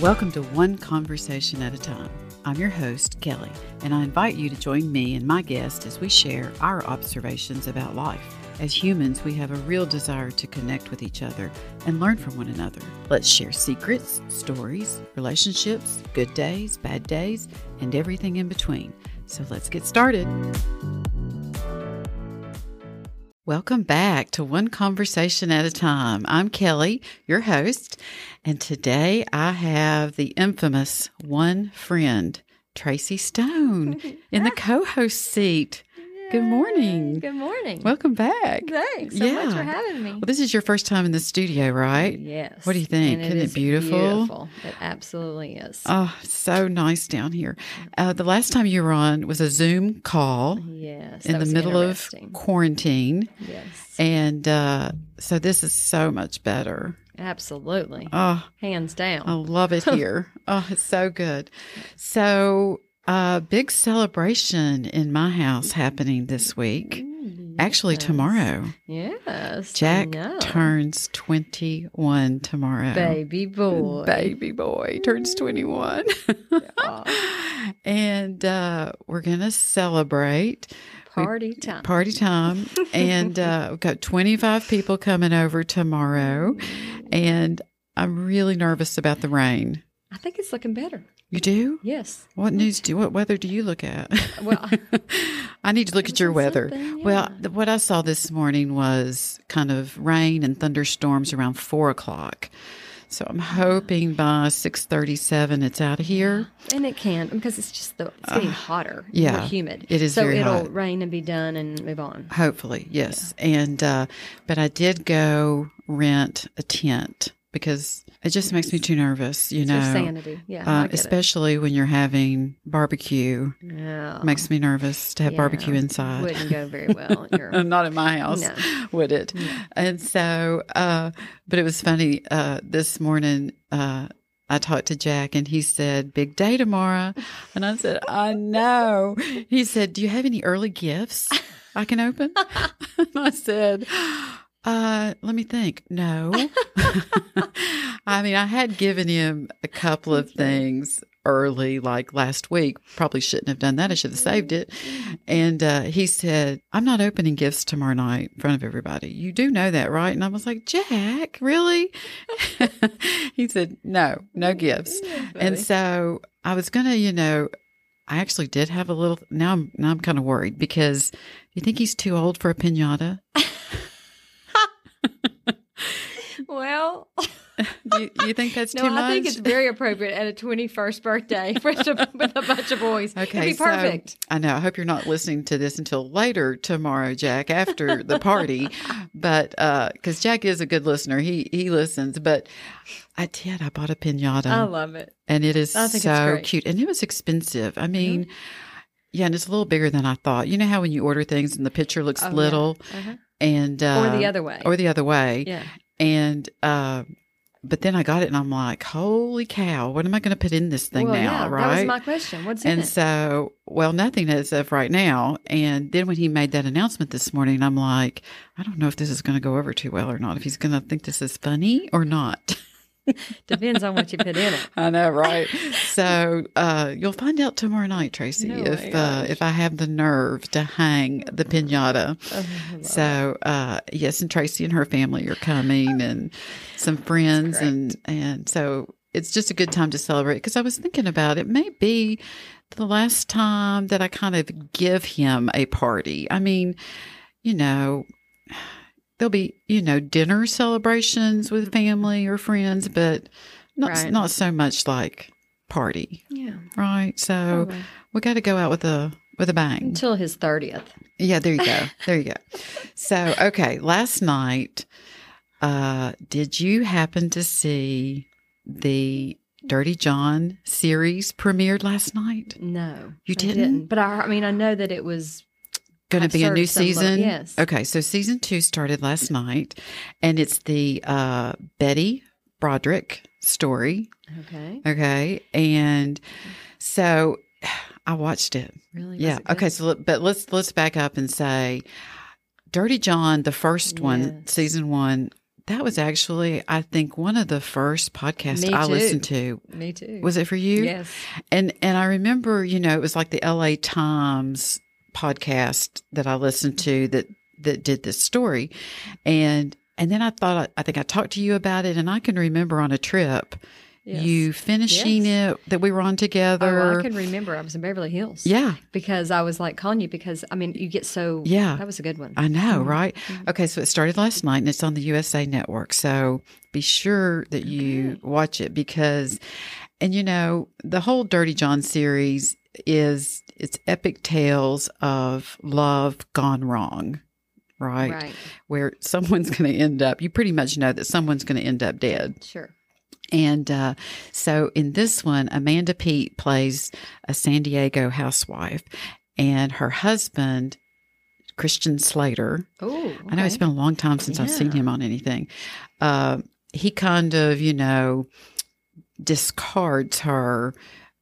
Welcome to One Conversation at a Time. I'm your host, Kelly, and I invite you to join me and my guest as we share our observations about life. As humans, we have a real desire to connect with each other and learn from one another. Let's share secrets, stories, relationships, good days, bad days, and everything in between. So let's get started. Welcome back to One Conversation at a Time. I'm Kelly, your host, and today I have the infamous one friend, Tracy Stone, in the co host seat. Good morning. Good morning. Welcome back. Thanks so much for having me. Well, this is your first time in the studio, right? yes. What do you think? And Isn't it is beautiful? It absolutely is. Oh, so nice down here. Uh, the last time you were on was a Zoom call yes. that in the was middle of interesting. quarantine. Yes. And uh, so this is so much better. Absolutely. Oh, Hands down. I love it here. oh, it's so good. So, uh, big celebration in my house happening this week. Mm, Actually, Mm-hmm. yes. tomorrow. Yes. I Jack know. turns 21 tomorrow. Baby boy. Oh, Baby boy turns 21. and uh, we're going to celebrate Party time. party time. and uh, we've got 25 people coming over tomorrow. And I'm really nervous about the rain. I think it's looking better. You do? Yes. What news do what weather do you look at? Well, I need to look at your weather. Something, Well, yeah. th- what I saw this morning was kind of rain and thunderstorms around four o'clock. So Oh, I'm hoping by six thirty-seven, it's out of here. and it can because it's just the it's getting hotter. and Ah, yeah, more humid. it is So very it'll hot. rain and be done and move on. Hopefully, yes. And uh, but I did go rent a tent because it just makes me too nervous. You It's your know, sanity. Yeah. I uh, get it. especially when you're having barbecue. Yeah. Makes me nervous to have Uh-huh. Yeah. barbecue inside. Wouldn't go very well. in your Uh, not in my house No. would it and so uh but it was funny uh this morning uh I talked to Jack and he said, Big day tomorrow. And I said, I know. He said, Do you have any early gifts I can open? and I said, uh, Let me think. No. I mean, I had given him a couple of things early, like last week. Probably shouldn't have done that. I should have saved it. And uh, he said, I'm not opening gifts tomorrow night in front of everybody. You do know that, right? And I was like, Jack, really? he said, No, no gifts. And so I was gonna, you know, I actually did have a little. Now I'm now I'm kind of worried because you think he's too old for a pinata. well, Do you, you think that's no, too I much? think it's very appropriate at a 21st birthday for a, with a bunch of boys. Okay, It'd be perfect. So, I know. I hope you're not listening to this until later tomorrow, Jack, after the party. but because Jack is a good listener, he he listens. But I did. I bought a pinata, I love it. and it is Oh, I think it's so great. cute, and it was expensive. I mean. Really? Yeah, and it's a little bigger than I thought. You know how when you order things and the picture looks Oh, yeah. little, Uh-huh. and uh, or the other way. or the other way, yeah. and uh, but then I got it, and I'm like, holy cow, what am I going to put in this thing well, now, yeah, right? That was my question. What's in And it? so, well, nothing as of right now. And then when he made that announcement this morning, I'm like, I don't know if this is going to go over too well or not. If he's going to think this is funny or not. Depends on what you put in it. I know, right? so uh, you'll find out tomorrow night, Tracy, No way, if uh, gosh. if I have the nerve to hang the pinata. Oh, I love it. So uh, yes, and Tracy and her family are coming, and some friends, great. and and so it's just a good time to celebrate. Because I was thinking about it, may be the last time that I kind of give him a party. I mean, you know, there'll be you know dinner celebrations with family or friends, but not Right. not so much like party, yeah. right? So probably. we got to go out with a with a bang. Until his 30th. Yeah, there you go. There you go. So, okay, last night, uh, did you happen to see the Dirty John series premiered last night? No. You I didn't? But I, I mean, I know that it was. Going to I've be a new served some lo- season? yes. Okay, so season two started last night, and it's the uh, Betty Broderick story. Okay. Okay, and so I watched it. Really? Was Yeah. it good? Okay. So, let- but let's let's back up and say, Dirty John, the first one, Yes. season one, That was actually, I think, one of the first podcasts Me I too. listened to. Me too. Was it for you? Yes. And and I remember, you know, it was like the LA Times podcast that I listened Mm-hmm. to that that did this story. And and then I thought I think I talked to you about it and I can remember on a trip yes. you finishing it that we were on together. Oh, I can remember. I was in Beverly Hills. yeah. Because I was like calling you because I mean you get so Yeah. That was a good one. I know, Mhm. right? Okay, so it started last night and it's on the USA network. So be sure that you Okay. watch it because and you know, the whole Dirty John series is it's epic tales of love gone wrong, right? right. Where someone's going to end up, you pretty much know that someone's going to end up dead. Sure. And uh, so in this one, Amanda Pete plays a San Diego housewife, and her husband, Christian Slater, Oh, I know it's okay. been a long time since I've seen Yeah. him on anything. Uh, he kind of, you know, discards her,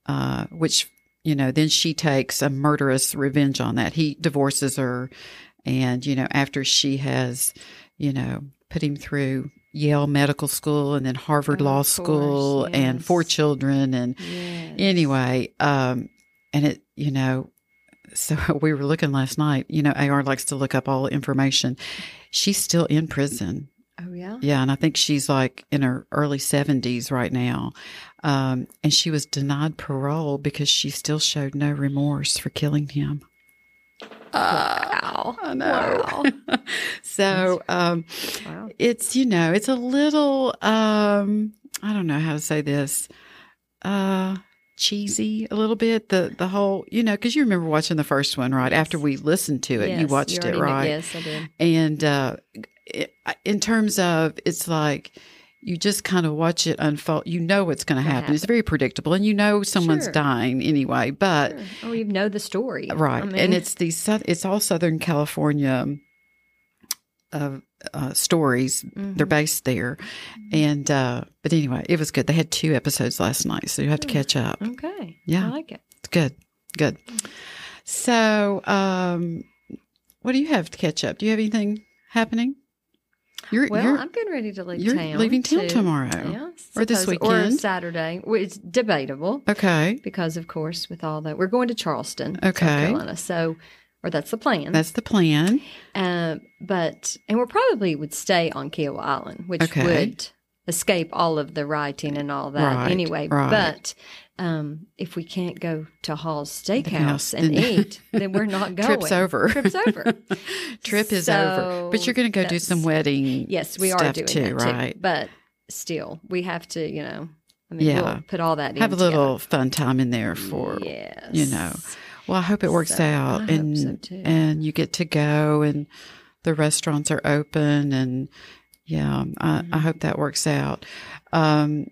uh, which, you know, then she takes a murderous revenge on that. He divorces her. And, you know, after she has, you know, put him through Yale Medical School and then Harvard Oh, Law of course, School and four yes. children and Yes. anyway um and it you know so we were looking last night you know ar likes to look up all information she's still in prison Oh yeah. yeah and i think she's like in her early 70s right now um and she was denied parole because she still showed no remorse for killing him Uh, wow. i so um Wow. it's you know it's a little um i don't know how to say this uh cheesy a little bit the the whole you know because you remember watching the first one right after Yes. we listened to it Yes, you watched it already kn- right Yes, I did. and uh i- in terms of it's like you just kind of watch it unfold you know what's going to Gonna happen. it's very predictable and you know someone's Sure. dying anyway but Sure. Oh, you know the story, Uh, right I mean, and it's the South- it's all southern california uh, uh, stories mhm. they're based there and uh but anyway it was good they had two episodes last night so you have to Hmm. catch up okay. Yeah. I like it. it's good good so um what do you have to catch up do you have anything happening you're Well, you're, I'm getting ready to leave you're town. leaving town to- tomorrow Yeah, Or this suppose- weekend. or Saturday. Well, It's debatable okay because, of course, with all that, we're going to Charleston, South Okay. Carolina. So, or that's the plan. that's the plan Um, but and we probably would stay on Kiowa Island, which Okay. would escape all of the writing and all that Right, anyway. right. But um, if we can't go to Hall's house, Steakhouse and then- eat, then we're not going. trip's over Trip's over. trip is over but So you're gonna go do some that's- wedding Yes, we are stuff doing too, that too. right? But still, we have to, you know, I mean, Yeah. we'll put all that have a in little fun time in there for together. yes. you know, Well, I hope it works So, out I hope and so, too. and you get to go and the restaurants are open and yeah, um, I, I Mhm. hope that works out. Um,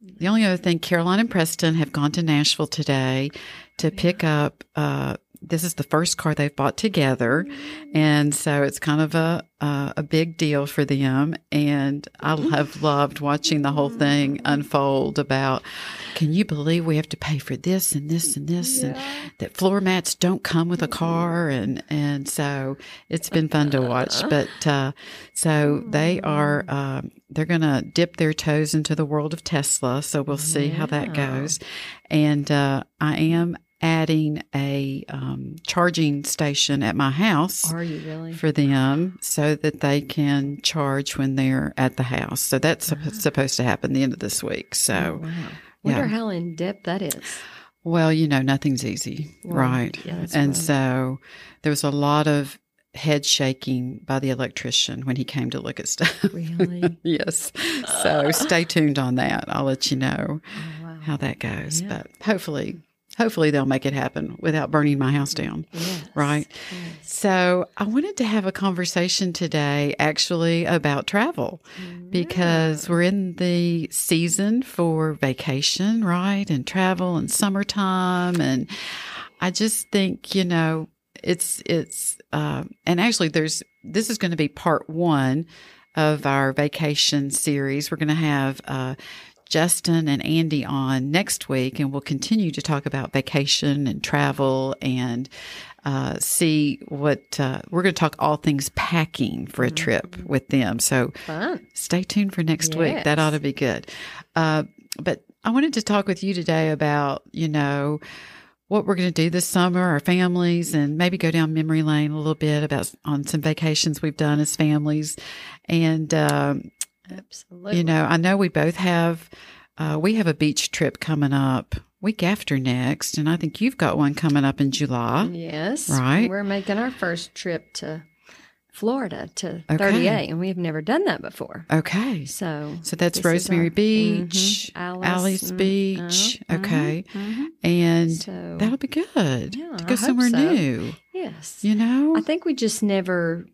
the only other thing, Caroline and Preston have gone to Nashville today to pick up. Uh, this is the first car they've bought together, and so it's kind of a uh, a big deal for them. And I have loved watching the whole thing unfold. About can you believe we have to pay for this and this and this and Yeah. that floor mats don't come with a Mm-hmm. car and and so it's been fun to watch Uh-huh. but uh, so they are Mm-hmm. um, they're gonna dip their toes into the world of tesla so we'll see how that Yeah. goes and uh, i am adding a um, charging station at my house Are you Oh, really? for them so that they can charge when they're at the house so that's sup- Wow. supposed to happen the end of this week Oh, so wow. yeah. Wonder how in depth that is. well you know nothing's easy Well, right Yeah, that's and right. so there was a lot of head shaking by the electrician when he came to look at stuff. really. yes. So stay tuned on that. I'll let you know Oh, wow. how that goes. Yeah. But hopefully, hopefully they'll make it happen without burning my house down. Yes, Right. yes. So I wanted to have a conversation today actually about travel because we're in the season for vacation, right? And travel and summertime. And I just think, you know, it's, it's, um, and actually there's, this is going to be part one of our vacation series. We're going to have, uh, Justin and Andy on next week, and we'll continue to talk about vacation and travel and uh, see what uh, we're going to talk all things packing for a trip with them. So Mm, Fun. stay tuned for next week. That Yes. ought to be good. Uh, but I wanted to talk with you today about, you know, what we're going to do this summer, our families, and maybe go down memory lane a little bit about on some vacations we've done as families. And, um, Absolutely. you know, I know we both have, uh, we have a beach trip coming up week after next. And I think you've got one coming up in July. Yes. Right. We're making our first trip to Florida to Okay. 38, and we have never done that before. Okay. So So that's Mm-hmm. This is Rosemary our- Beach, Mhm. Alice, Alice mm, Beach. uh-huh, Okay. mhm. And So that'll be good Yeah, to I go hope somewhere so. new, yes, you know? I think we just never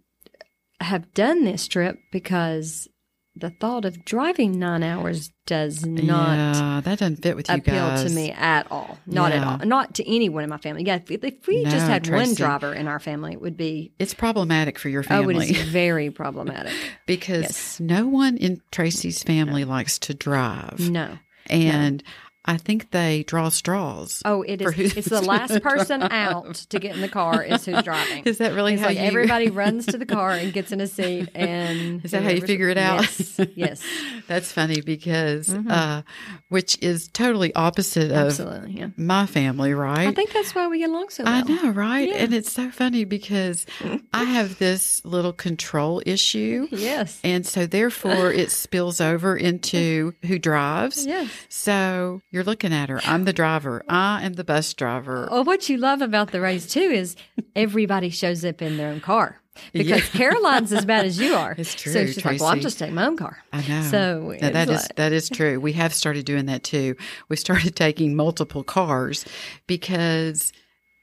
have done this trip because the thought of driving nine hours does not. yeah, that doesn't fit with you appeal guys. to me at all. Not Yeah. at all. Not to anyone in my family. Yeah, if, if we No, just had Tracy. one driver in our family, it would be It's problematic for your oh, it family is very problematic. because yes. no one in Tracy's family likes to drive. Mm, No. And I think they draw straws. Oh, it For who's is. It's the gonna last person drive. out to get in the car is who's driving. Is that really It's how like you everybody runs to the car and gets in a seat and Is that how you whoever's- figure it out? Yes. yes. That's funny because Mhm. uh which is totally opposite of Absolutely. Yeah. my family, right? I think that's why we get along so well. I know, right? Yeah. And it's so funny because I have this little control issue. Yes. And so, therefore, it spills over into who drives. Yes. So, you're looking at her. I'm the driver, I am the bus driver. Well, Oh, what you love about the race too is everybody shows up in their own car because Yeah. Caroline's as bad as you are. It's So true, she's like, "Well, I'm Tracy. just taking my own car." I know. So Now, that it's is like- that is true. We have started doing that too. We started taking multiple cars because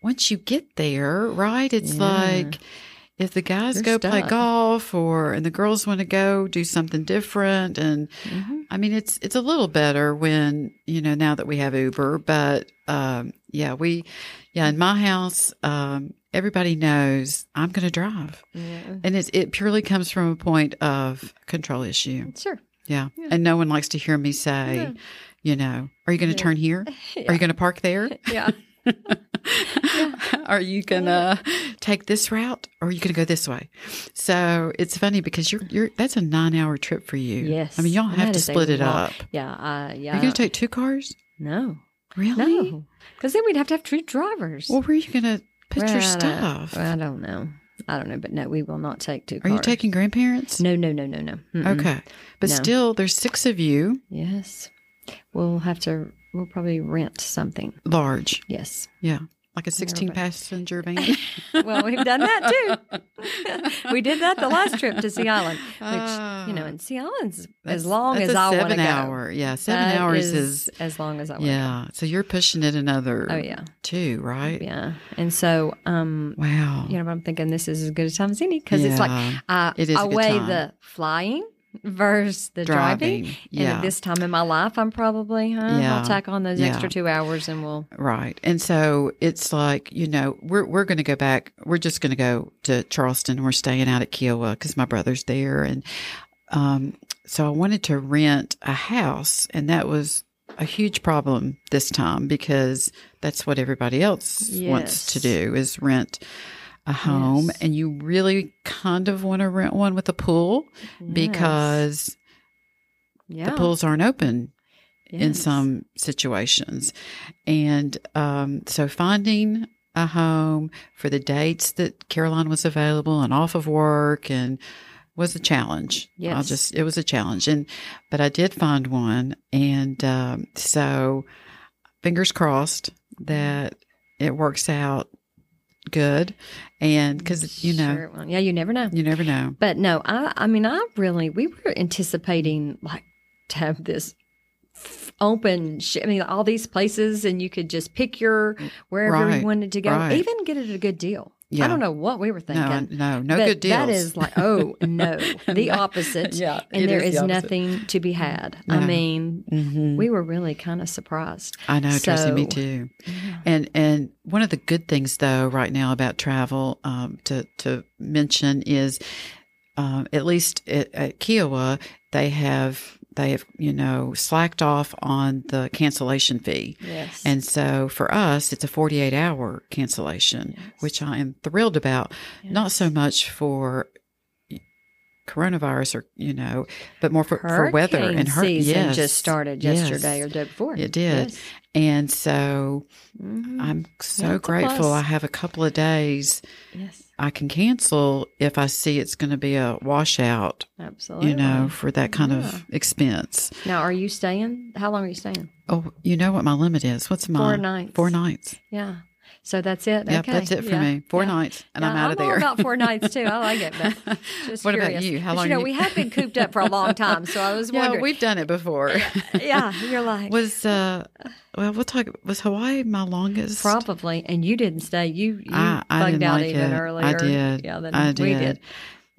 once you get there, right? It's Yeah. like if the guys You're go play stuck. golf or and the girls want to go do something different and Mhm. I mean it's it's a little better when, you know, now that we have Uber, but um yeah, we yeah, in my house, um everybody knows I'm going to drive. Yeah. And it's it purely comes from a point of control issue. Sure. Yeah. Yeah. And no one likes to hear me say, Yeah. you know, are you going to Yeah. turn here? Are Yeah. you going to park there? yeah. are you going to take this route or are you going to go this way? So it's funny because you're, you're, that's a nine hour trip for you. Yes. I mean, y'all And have that to is a split it lot. up. Yeah. Uh, Are yeah. you going to take two cars? no. Really? No. Because then we'd have to have two drivers. Well, where are you going to put Right, your I- stuff? I don't know. I don't know, but no, we will not take two are cars. you taking grandparents? No, no, no, no, no. Mm-mm. Okay. But No. still, there's six of you Yes. We'll have to. We'll probably rent something. large. Yes. Yeah. Like a 16 passenger van. well, we've done that too. we did that the last trip to Sea Island, which you know, Ah. and Sea Island's That's- as long that's as a I want to seven go. hour. Yeah, seven That hours is, as long as I want. yeah. So you're pushing it another Oh yeah, two, right? yeah. And so, um, Wow. you know, I'm thinking this is as good a time as any because it's like Yeah. I, It is a I good weigh time. the flying versus the driving. driving. And Yeah. at this time in my life, I'm probably, huh, Yeah. I'll tack on those Yeah. extra two hours and we'll. right. And so it's like, you know, we're we're going to go back. We're just going to go to Charleston. We're staying out at Kiowa because my brother's there and um so I wanted to rent a house and that was a huge problem this time because that's what everybody else wants to Yes. do is rent a home Yes. and you really kind of want to rent one with a pool because Yes. the Yeah. pools aren't open in Yes. some situations. And um, so finding a home for the dates that Caroline was available and off of work and was a challenge. I'll Yes. just it was a challenge. And but I did find one and um, so fingers crossed that it works out good and cuz you know Mm, Sure it won't. yeah, you never know. you never know. But no, I I mean I really we were anticipating like to have this f- open sh- I mean all these places and you could just pick your wherever Right, you wanted to go right. even get it at a good deal. Yeah. I don't know what we were No, I- thinking. no, no but good deals. That is like oh no, the No. opposite. Yeah, it And there is is, the opposite. Mm. nothing to be had. No. I mean, Mhm. we were really kind of surprised. I know, Tracy, me So- too. And and one of the good things though right now about travel um, to to mention is um, at least at, at Kiowa they have they have, you know, slacked off on the cancellation fee. Yes. And so for us, it's a 48 hour cancellation, Yes. which I am thrilled about. Not so much for coronavirus or, you know, but more for, for weather and her- season yes. just started Yes. yesterday or day before. It did. Yes. And so Mhm. I'm so it's a grateful plus. I have a couple of days yes. I can cancel if I see it's going to be a washout, Absolutely. you know, for that kind of expense. Now, are you staying? How long are you staying? Oh, you know what my limit is? What's mine? Four nights. Four nights. Yeah. So that's it. Yep, okay. that's it for Yeah. me. Four Yeah. nights, and Yeah, I'm out of all there. about four nights too. I like it. But just What about curious. you? How But, long You know, you- we have been cooped up for a long time, so I was yeah, wondering. we've done it before. yeah, you're like was uh, well, we'll talk. Was Hawaii my longest? probably, and you didn't stay. You you I, I bugged didn't out like even it. earlier. I did. Yeah, than I we did. did.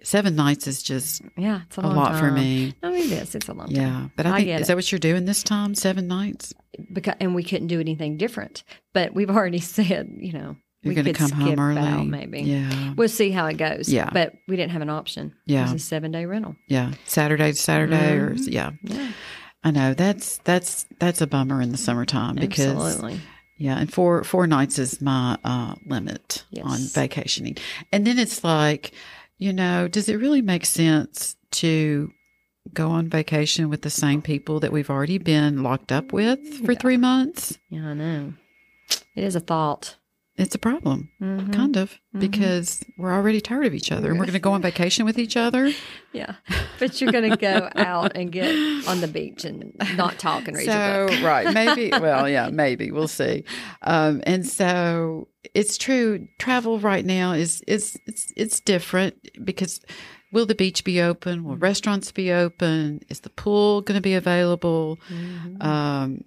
Seven nights is just Yeah, it's a, a long lot for time. me. No, it is. It's a long time. Yeah, but I, I think get is it. that what you're doing this time? Seven nights. because and we couldn't do anything different. But we've already said, you know, You're we going to could come skip home early, bow, maybe. Yeah, We'll see how it goes. Yeah. but we didn't have an option. it Yeah. was a seven day rental. yeah. Saturday to Saturday, or Mhm. yeah. Yeah, I know that's that's that's a bummer in the summertime because absolutely. yeah, and four four nights is my uh, limit on Yes. vacationing, and then it's like, you know, does it really make sense to go on vacation with the same people that we've already been locked up with for Yeah. three months? Yeah, I know. It is a thought. It's a problem, Mhm. kind of, Mhm. because we're already tired of each other, and we're going to go on vacation with each other. Yeah, but you're going to go out and get on the beach and not talk and read your so book. right maybe well yeah maybe we'll see um and so it's true travel right now is is it's it's different because will the beach be open Mm-hmm. will restaurants be open is the pool going to be available Mhm. um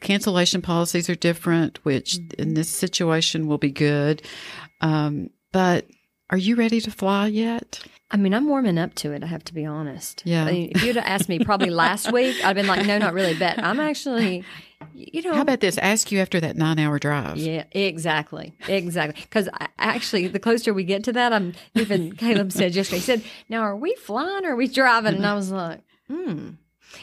cancellation policies are different which Mm-hmm. in this situation will be good um but are you ready to fly yet I mean, I'm warming up to it. I have to be honest. Yeah. I mean, if you'd have asked me probably last week, I'd been like, no, not really. But I'm actually, you know, how about this ask you after that nine hour drive Yeah, exactly, exactly. Because actually, the closer we get to that, I'm even. Caleb said yesterday, he said, "Now, are we flying or are we driving?" And I was like, "Hmm."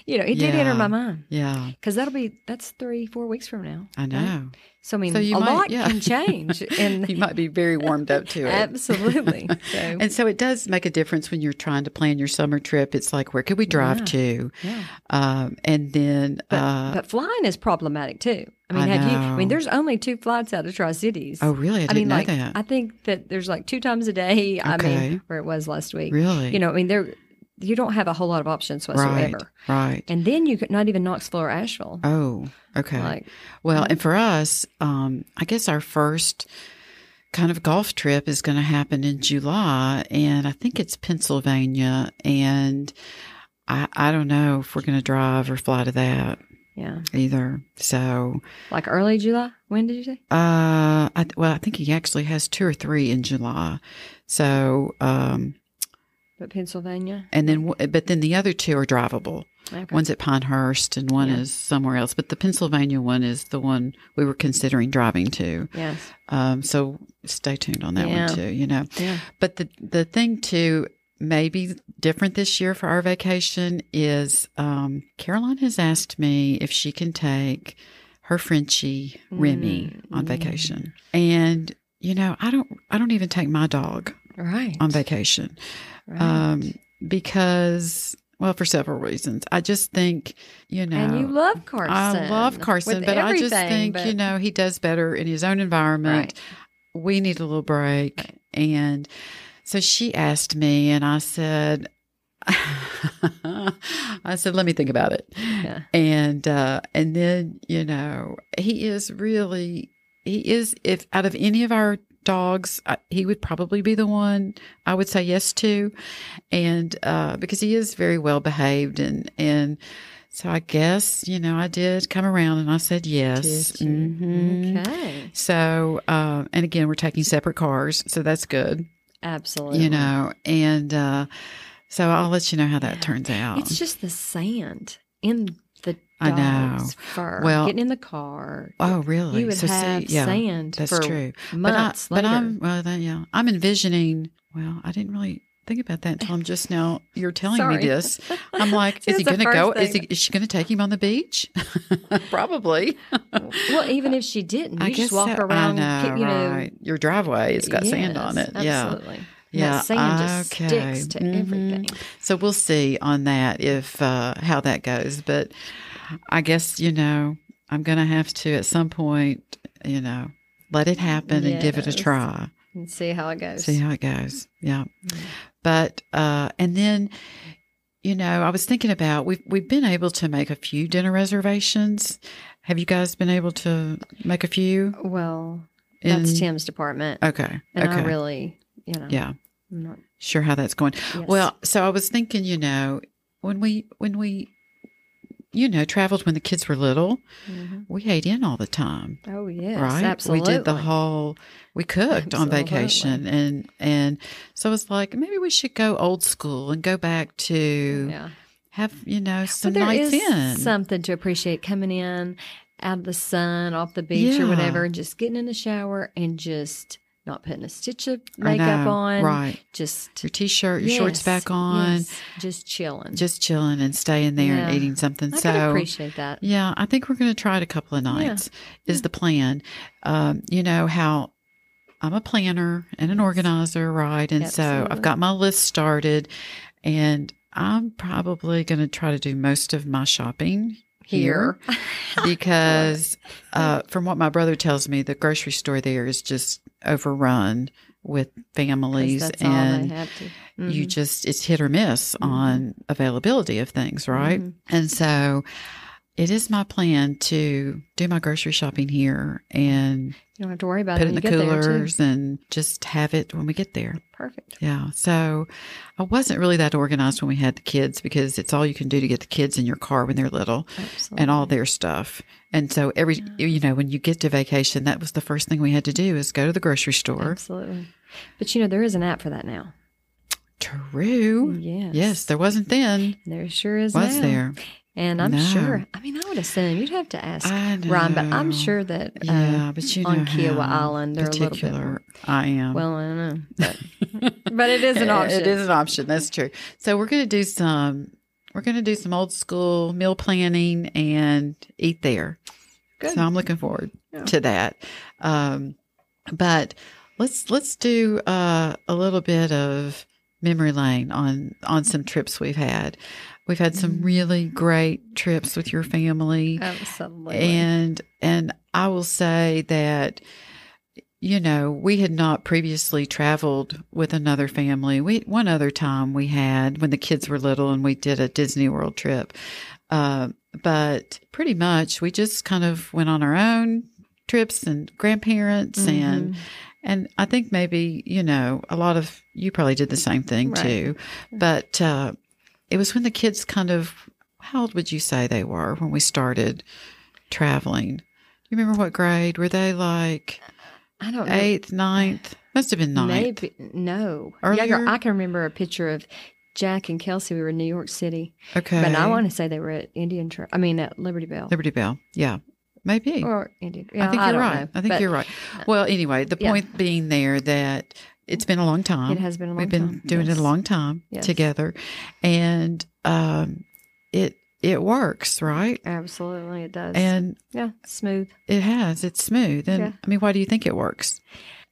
You know, it did enter Yeah. my mind yeah because that'll be that's three, four weeks from now. i know So I mean, So you a might- lot yeah. can change, and you might be very warmed up to it absolutely. So And so it does make a difference when you're trying to plan your summer trip. It's like, where could we drive Yeah. to? yeah. Um, and then, But, uh, but flying is problematic too. I mean, I have you? I know. mean, there's only two flights out of Tri Cities. oh, really? I didn't I mean, know like that. I think that there's like two times a day. I Okay. mean, or it was last week. really? You know, I mean, there you don't have a whole lot of options whatsoever. right. And then you could not even Knoxville or Asheville. Oh, okay. Like, mm-hmm. well, and for us, um, I guess our first kind of golf trip is going to happen in July, and I think it's Pennsylvania. And I, I don't know if we're going to drive or fly to that yeah, either. So, like early July. When did you say? Uh, I, well, I think he actually has two or three in July. So, um, But Pennsylvania. and then, w- but then the other two are drivable. Okay. One's at Pinehurst and one Yeah. is somewhere else. But the Pennsylvania one is the one we were considering driving to. Yes. Um, so stay tuned on that Yeah. one too, you know. Yeah. But the, the thing too, maybe different this year for our vacation is um, Caroline has asked me if she can take her Frenchie Remy Mm, on mm. vacation, and you know I don't I don't even take my dog Right. on vacation Right. um, because well for several reasons I just think you know. and you love Carson. I love Carson, with but I just everything, think, but- you know, he does better in his own environment Right. we need a little break. And so she asked me, and I said, I said, let me think about it. Yeah. And uh, and then you know he is really he is if out of any of our dogs I, he would probably be the one I would say yes to, and uh, because he is very well behaved and and so I guess you know I did come around and I said yes. Did you? Mhm. Okay. So, uh, and again, we're taking separate cars, so that's good, Absolutely. you know. And uh, so I'll let you know how that Yeah. turns out. it's just the sand in the um, I dog's know. fur. Well- getting in the car. oh, really? you would so see, have yeah, sand that's for true. months but I, later. but I'm well, then, yeah, I'm envisioning. Well, I didn't really. think about that until I'm just now. You're telling Sorry. me this. I'm like, See, is he that's going the to go? first Is he? Is she going to take him on the beach? Probably. Well, even if she didn't, you I guess just walk so. around, I know, you know. right? Your driveway. It's got sand on yes, it. Yeah. Absolutely. And Yeah, That sand just okay. sticks to Mhm. everything. So we'll see on that if uh, how that goes. But I guess you know I'm going to have to at some point, you know, let it happen and give it a Yes. try. And see how it goes. See how it goes. Yeah. But uh and then you know, I was thinking about we've we've been able to make a few dinner reservations. Have you guys been able to make a few? well, that's in- Tim's department. Okay. and okay. I really, you know. yeah. I'm not- Sure how that's going. yes. Well, so I was thinking, you know, when we when we you know, traveled when the kids were little, Mhm. we ate in all the time. Oh, yes. right? Absolutely. We did the whole we cooked on Absolutely. vacation and and so it's like maybe we should go old school and go back to Yeah. have, you know, some but there nights is in. something to appreciate coming in out of the sun, off the beach Yeah. or whatever, and just getting in the shower and just not putting a stitch of I makeup know, on. Right. Just Your t shirt, your shorts yes, back on, yes, just chilling. just chilling and staying there and Yeah. eating something. I so can appreciate that. Yeah, I think we're going to try it a couple of nights. Is Yeah. the plan? Um, you know how I'm a planner and an organizer, right? And so I've Absolutely. got my list started, and I'm probably going to try to do most of my shopping Here, because, uh, from what my brother tells me, the grocery store there is just overrun with 'cause families that's all and they have to. you Mhm. just it's hit or miss Mhm. on availability of things right Mhm. and so it is my plan to do my grocery shopping here and you don't have to worry about put it it. in when the you get there, too. coolers and just have it when we get there Perfect. yeah so i wasn't really that organized when we had the kids because it's all you can do to get the kids in your car when they're little Absolutely. and all their stuff and so every you know when you get to vacation that was the first thing we had to do is go to the grocery store Absolutely. But you know, there is an app for that now. true Yes. yes there wasn't then There sure is was now. there And I'm No. sure, I mean, I would assume you'd have to ask I know. Ryan, but I'm sure that uh, yeah, but you know on Kiowa how Island, they're a little bit particular um, more. I am. Well, I don't know. But, but it is an option. It is an option. That's true. So we're going to do some. We're going to do some old school meal planning and eat there. Good. So I'm looking forward Yeah. to that. Um, but let's let's do uh, a little bit of memory lane on on some trips we've had. We've had some Mm. really great trips with your family. Oh, Absolutely. and and i will say that you know we had not previously traveled with another family we one other time we had when the kids were little and we did a disney world trip uh, but pretty much we just kind of went on our own trips and grandparents and Mhm. and I think maybe, you know, a lot of you probably did the same thing Right. Mm-hmm. too. But uh, it was when the kids kind of, how old would you say they were when we started traveling? You remember what grade? Were they like I don't know. eighth, ninth? Must have been ninth. Oh, Maybe no. Yeah, Earlier? you're- I can remember a picture of Jack and Kelsey. We were in New York City, Okay. but I want to say they were at Indian. Trail. I mean, at Liberty Bell Liberty Bell. Yeah. Maybe. or Indian. I think you're don't right. know, I think but uh, you're right. Well, anyway, the yeah. point being there that it's been a long time. It has been a long We've been time. doing Yes. it a long time Yes. together, and um, it it works, right? Absolutely, it does. And yeah, smooth. it has. It's smooth. And Yeah. I mean, why do you think it works?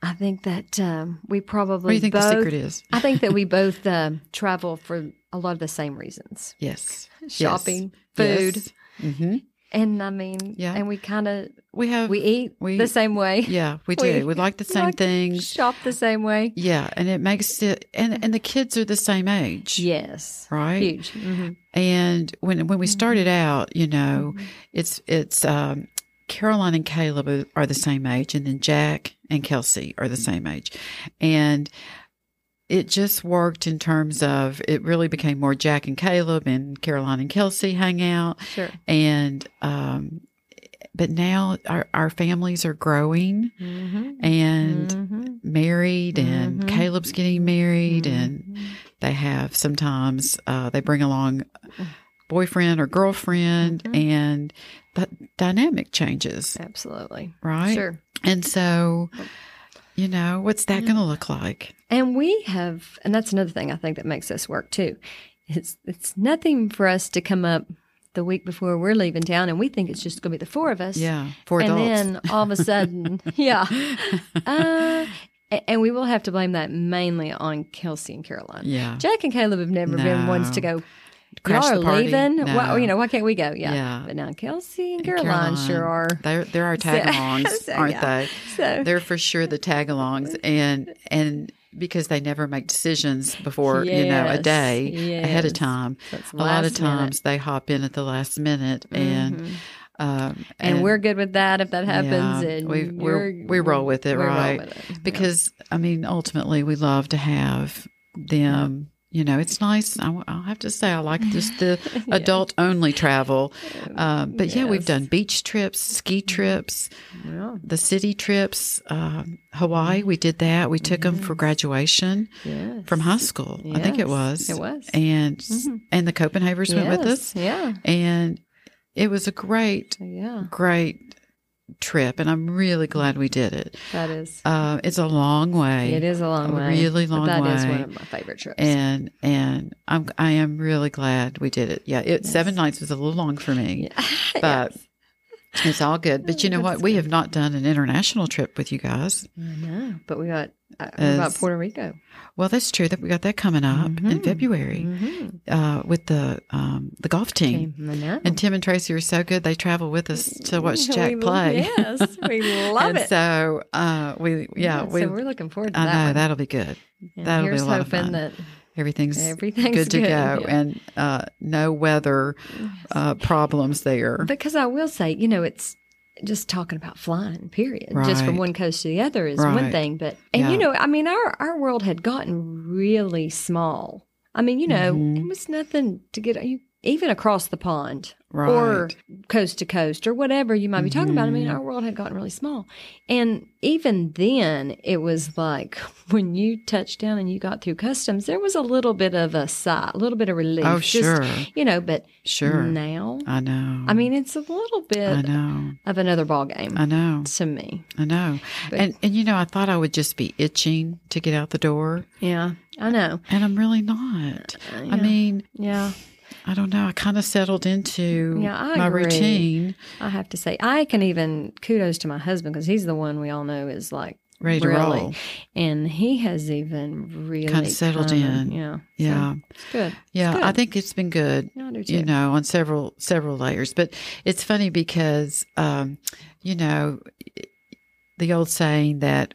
I think that um, we probably What do you think both, the secret is? I think that we both um, travel for a lot of the same reasons: Yes, shopping, food, hmm and I mean, Yeah. and we kind of We have. we eat we- the same way, yeah, we do. we We, like the same like- things. shop the same way. Yeah, and it makes it. And and the kids are the same age, Yes, right? Mm-hmm. huge. Mhm. And when when we Mhm. started out, you know, Mm-hmm. it's it's um, Caroline and Caleb are- are the same age, and then Jack and Kelsey are the same age, and it just worked in terms of it really became more Jack and Caleb and Caroline and Kelsey hang out, Sure. and um, but now our our families are growing Mm-hmm. and. Married and Mhm. Caleb's getting married, Mm-hmm. and they have sometimes uh, they bring along boyfriend or girlfriend Mhm. and the dynamic changes absolutely right sure and so You know, what's that going to Mm-hmm. look like? And we have, and that's another thing I think that makes us work too. It's it's nothing for us to come up the week before we're leaving town, and we think it's just going to be the four of us. Yeah, for and adults. then all of a sudden, yeah. Uh, a- and we will have to blame that mainly on Kelsey and Caroline. yeah. Jack and Caleb have never been ones to go. Crash Y'all the are party." leaving. No. Why, you know, why can't we go? Yeah. Yeah. But now Kelsey And and Caroline, sure are. They're, they're our So- tag alongs, so, aren't yeah. they? So They're for sure the tag alongs. And, and, because they never make decisions before you know a Yes, day ahead of yes. time. that's A lot of last minute. times they hop in at the last minute, and Mhm. um, and, we're good with that if that happens. Yeah, and we- we're- you're- we roll with it, we roll right? with it, yeah. because I mean, ultimately, we love to have them. You know, it's nice. I, will have to say, I like just the Yeah. adult only travel. Um, but yeah, we've Yes. Mm-hmm. done beach trips, ski trips, Yeah. the city trips, um, Hawaii. We did that. We took them for graduation Yes. from high school. I think it Mm-hmm. was. Yes, It was. And Mhm. and the Copenhageners went with Yes, us, Yeah. and it was a great, Yeah. great trip. And I'm really glad we did it. That is. Uh, it's a long way. It is a long a way. really but long that is way. one of my favorite trips. and and I'm I am really glad we did it. Yeah, it seven nights was a little long for me. Yeah. But- Yes. It's all good, but you know what? That's We good. have not done an international trip with you guys. I know, but we got uh, what about As- Puerto Rico. Well, that's true that we got that coming up in Mhm. February Mhm. uh, with the um, the golf team. Came- I know. And Tim and Tracy are so good; they travel with us to watch We- Jack play. Yes, we love and it. So uh, we yeah we. so we're looking forward to I that. know one. that'll be good. And that'll be here's a lot of hoping fun. that Everything's everything's good to go, yeah. and uh, no weather uh, problems there. Because I will say, you know, it's just talking about flying, period. Just from Right. one coast to the other is one Right. thing. But and Yeah. you know, I mean our our world had gotten really small. I mean, you know, Mhm. it was nothing to get you even across the pond right. or coast to coast or whatever you might be talking about. I mean, Mhm. our world had gotten really small. And even then, it was like when you touched down and you got through customs, there was a little bit of a sigh, a little bit of relief. oh Just, sure, you know, but sure. now, I know. I mean, uh, it's a little I bit know. of another ball game I know. to me. I know. But- and and you know, I thought I would just be itching to get out the door, Yeah, I know. and I'm really not. Uh, I yeah. mean, yeah, I don't know. I kind of settled into Yeah, I my agree. routine, I have to say, I can even kudos to my husband because he's the one we all know is like ready to Really. roll. and he has even really settled come in. Yeah. So, Yeah, it's good. yeah. I good. think it's been good. Yeah, I do too. You know, on several several layers, but it's funny because, um, you know, the old saying that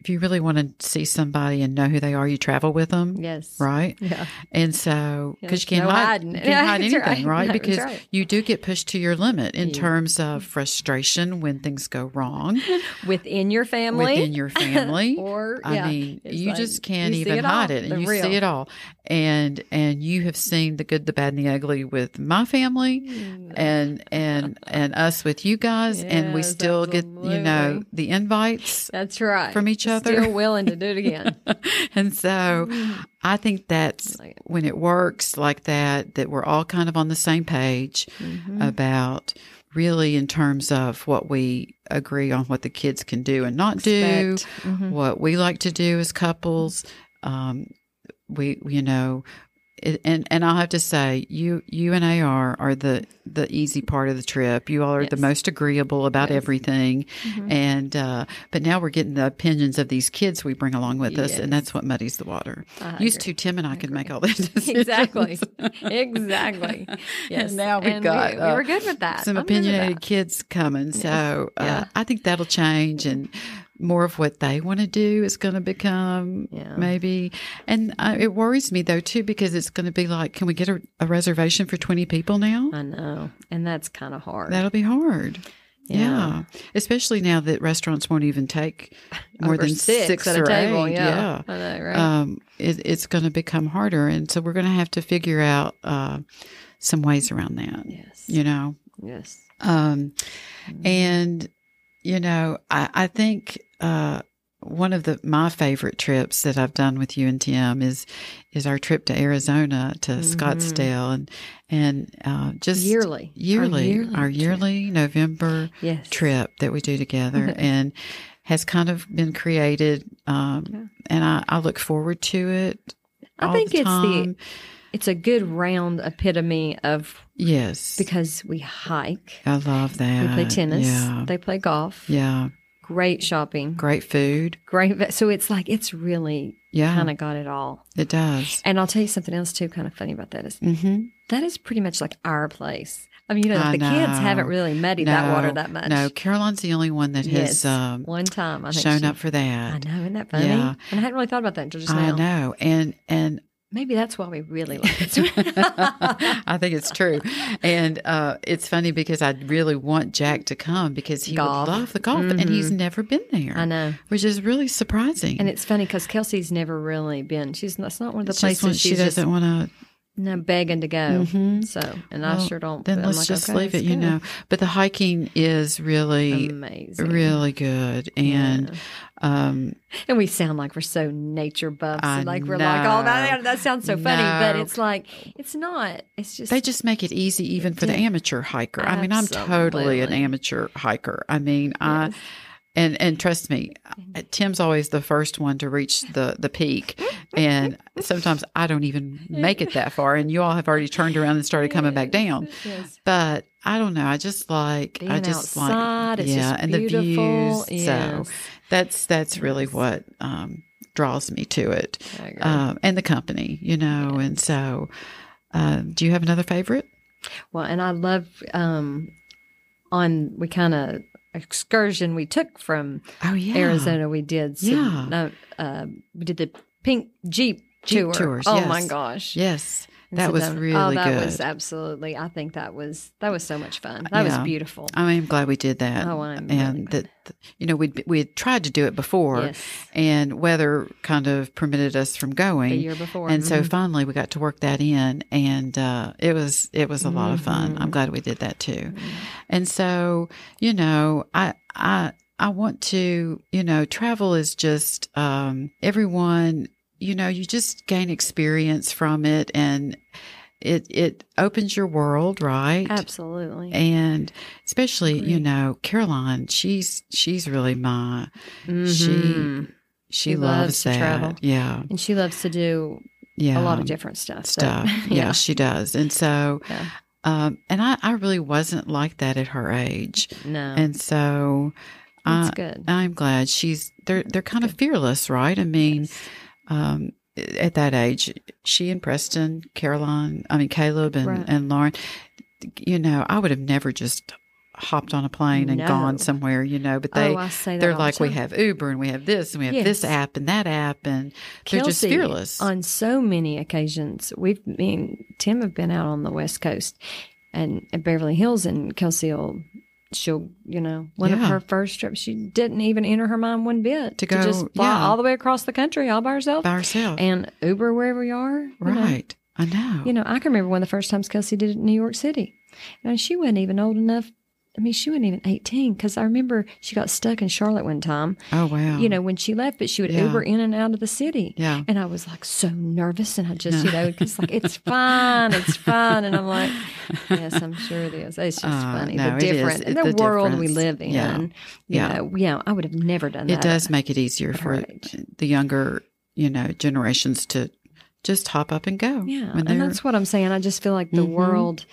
if you really want to see somebody and know who they are, you travel with them, Yes. right? Yeah. And so, because Yes, you can't no hide, hiding you it. can't hide That's anything, right? right. No, that's because right. you do get pushed to your limit in You- terms of frustration when things go wrong Within your family. within your family. or I yeah, mean, it's you like, just can't you see even it all, hide it, the and you real. see it all. And and you have seen the good, the bad, and the ugly with my family, Mm. and and and us with you guys, and we Yes, still get you know absolutely. the invites. That's right. from each other. Still willing to do it again. Mm. and so, Mm-hmm. I think that's Like- when it works like that that we're all kind of on the same page. Mhm. about really in terms of what we agree on what the kids can do and not do Expect. Mhm. what we like to do as couples um, we you know it, and and I'll have to say you you and AR are the the easy part of the trip. You all are the Yes. most agreeable about Yes. everything, Mhm. and uh, but now we're getting the opinions of these kids we bring along with us, and Yes. that's what muddies the water. I Used to agree. Tim and I, could make agree. all the decisions. Exactly. exactly. Yes. now we've And got, we, uh, were good with that. some I'm good with opinionated that. kids coming. So uh, Yeah. I think that'll change, and more of what they want to do is going to become Yeah. maybe. And uh, it worries me though too because it's going to be like, can we get a, a reservation for twenty people now? I know, and that's kind of hard. That'll be hard. Yeah. Yeah. especially now that restaurants won't even take more Over than six, at or a table. eight. Yeah. I know, right? Um, it, it's going to become harder, and so we're going to have to figure out uh, some ways around that. yes. Mm-hmm. You know, Yes. um, and you know, I, I think uh, one of the my favorite trips that I've done with you and Tim is is our trip to Arizona to Mhm. Scottsdale and and uh, just yearly. Our yearly, our yearly, trip. November Yes. trip that we do together and has kind of been created, um, Yeah. and I, I look forward to it. I all think the it's the time. it's a good round epitome of yes. because we hike, I love that. we play tennis, Oh, Yeah. they play golf, yeah. great shopping, Great food. great. So it's like it's really Yeah. kind of got it all. It does. And I'll tell you something else too, kind of funny about that is Mm-hmm. that is pretty much like our place. I mean, you know, I the kids know. haven't really muddied that water that much. No, Caroline's the only one that yes, has um, one time I think shown she- up for I that. know, isn't that funny? Yeah. And I hadn't really thought about that until just I now. know. And and Maybe that's why we really like it. I think it's true. And uh, it's funny because I really want Jack to come because he Golf. Mm-hmm. would love the golf, and he's never been there. I know. which is really surprising. And it's funny because Kelsey's never really been. She's that's not one of the It's just places when she she's just doesn't want no begging to go. to. hmm So, and I Well, sure don't. Then but I'm let's like, just okay, leave it, let's you go. know. But the hiking is really, Amazing, really good, and Yeah. um, and we sound like we're so nature buffs, I and like we're like, oh, that, know. that sounds so funny, but No. it's like it's not. It's just They just make it easy even for the Yeah. amateur hiker. I mean, I'm totally an Absolutely. amateur hiker. I mean, I yes. and and trust me, I- Tim's always the first one to reach the the peak, and sometimes I don't even make it that far. And you all have already turned around and started coming back down. Yes. But I don't know. I just like Being I just outside, like it's yeah, just and the beautiful. views. So Yes. that's that's really Yes. what um, draws me to it, I agree. um, and the company, you know. And so, um, do you have another favorite? Well, and I love um, on we kind of excursion we took from Oh yeah, Arizona. We did some, Yeah. no, uh, we did the pink Jeep. Jeep tour. tours, oh my yes. gosh! Yes, And that was Sedona. really oh, that was good. absolutely. I think that was that was so much fun. That Yeah. was beautiful. I am glad we did that. Oh, I'm really and glad. that you know we'd we had tried to do it before, yes, and weather kind of permitted us from the going. year before, And so Mhm. finally we got to work that in, and uh, it was it was a lot of fun. Mm-hmm. I'm glad we did that too. And so you know I I I want to you know travel is just um, everyone you know you just gain experience from it and. It, it opens your world, right? absolutely. and especially you Agree. know caroline she's she's really my Mhm. she She loves, loves to that travel. yeah and she loves to do yeah a lot of different stuff. so- stuff yeah, she does and so Yeah. um and i i really wasn't like that at her age no, and so it's i good. i'm glad she's they're they're kind of fearless right i mean Yes. um at that age she and preston caroline i mean caleb and, Right. and lauren you know i would have never just hopped on a plane and No. gone somewhere you know but they oh, I say that they're all the like we time. have uber and we have this and we have this Yes. app and that app and they're just Kelsey, fearless on so many occasions. We've me and Tim have been out on the West Coast and at Beverly Hills, and Kelsey will she'll you know one of Yeah. her first trips she didn't even enter her mind one bit To to, go- just fly yeah. all the way across the country all by herself by ourselves Oh, and Uber wherever you are. you know. right i know You know, I can remember one of the first times Kelsey did it in New York City. And she wasn't even old enough. I mean, she wasn't even 18 because I remember she got stuck in Charlotte one time, oh wow you know, when she left, but she would Yeah. Uber in and out of the city. yeah And I was like so nervous. And I just, you know, it's like, it's fine, it's fine. And I'm like, yes, I'm sure it is. It's just Uh, funny. no, the it is. difference, It- and the, the world we difference. live in. Yeah. You Yeah. Know, yeah, I would have never done it that. does make it easier at for her age. the younger you know generations to just hop up and go Yeah, when and they're- that's what I'm saying. I just feel like the Mhm. world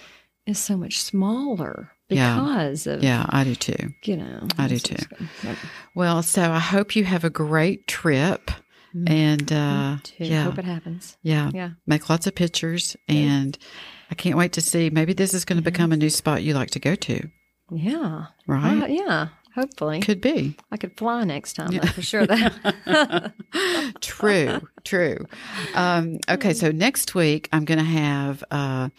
is so much smaller Yeah. because of yeah i do too you know. I do it's too. just good. Yep. Well, so I hope you have a great trip Mm. and uh, Too. yeah, Hope it happens. yeah, Yeah. make lots of pictures. Yeah. And I can't wait to see. Maybe this is Mm-hmm. going to become a new spot you like to go to, Yeah. right? Uh, yeah. Hopefully, Could be. I could fly next time. Yeah. That's for sure. That. true, true. Um, okay, so next week I'm going to have uh,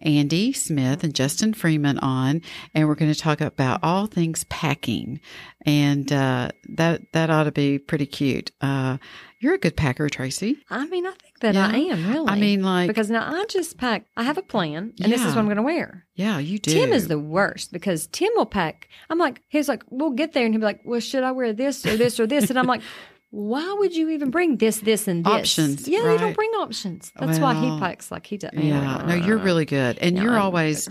Andy Smith and Justin Freeman on, and we're going to talk about all things packing, and uh, that that ought to be pretty cute. Uh, you're a good packer, Tracy. I mean, I think that I Yeah. am really. I mean, like, because now I just pack. I have a plan, and this is Yeah. what I'm going to wear. yeah, you do. Tim is the worst because Tim will pack. I'm like, he's like, we'll get there, and he'll be like, well, should I wear this or this or this? And I'm like, why would you even bring this, this, and this? Options, Yeah, you right. don't bring options. That's why Well, he packs like he does. Yeah, no, you're really good, and No, you're I'm always,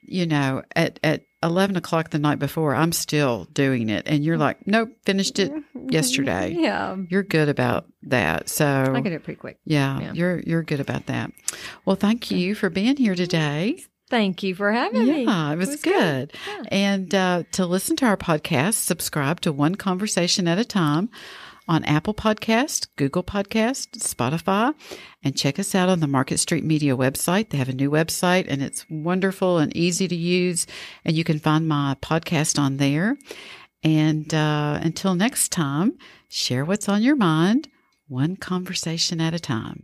you know, at at 11 o'clock the night before, I'm still doing it. And Mm-hmm. you're like, nope, finished it yesterday. Yeah. You're good about that. I So, can do it pretty quick. yeah, yeah. you're you're good about that. Well, thank you for being here today. Thank you for having me. Yeah, it was, good. Yeah. And uh, to listen to our podcast, subscribe to One Conversation at a Time on Apple Podcast, Google Podcast, Spotify, and check us out on the Market Street Media website. They have a new website and it's wonderful and easy to use. And you can find my podcast on there. And uh, until next time, share what's on your mind, one conversation at a time.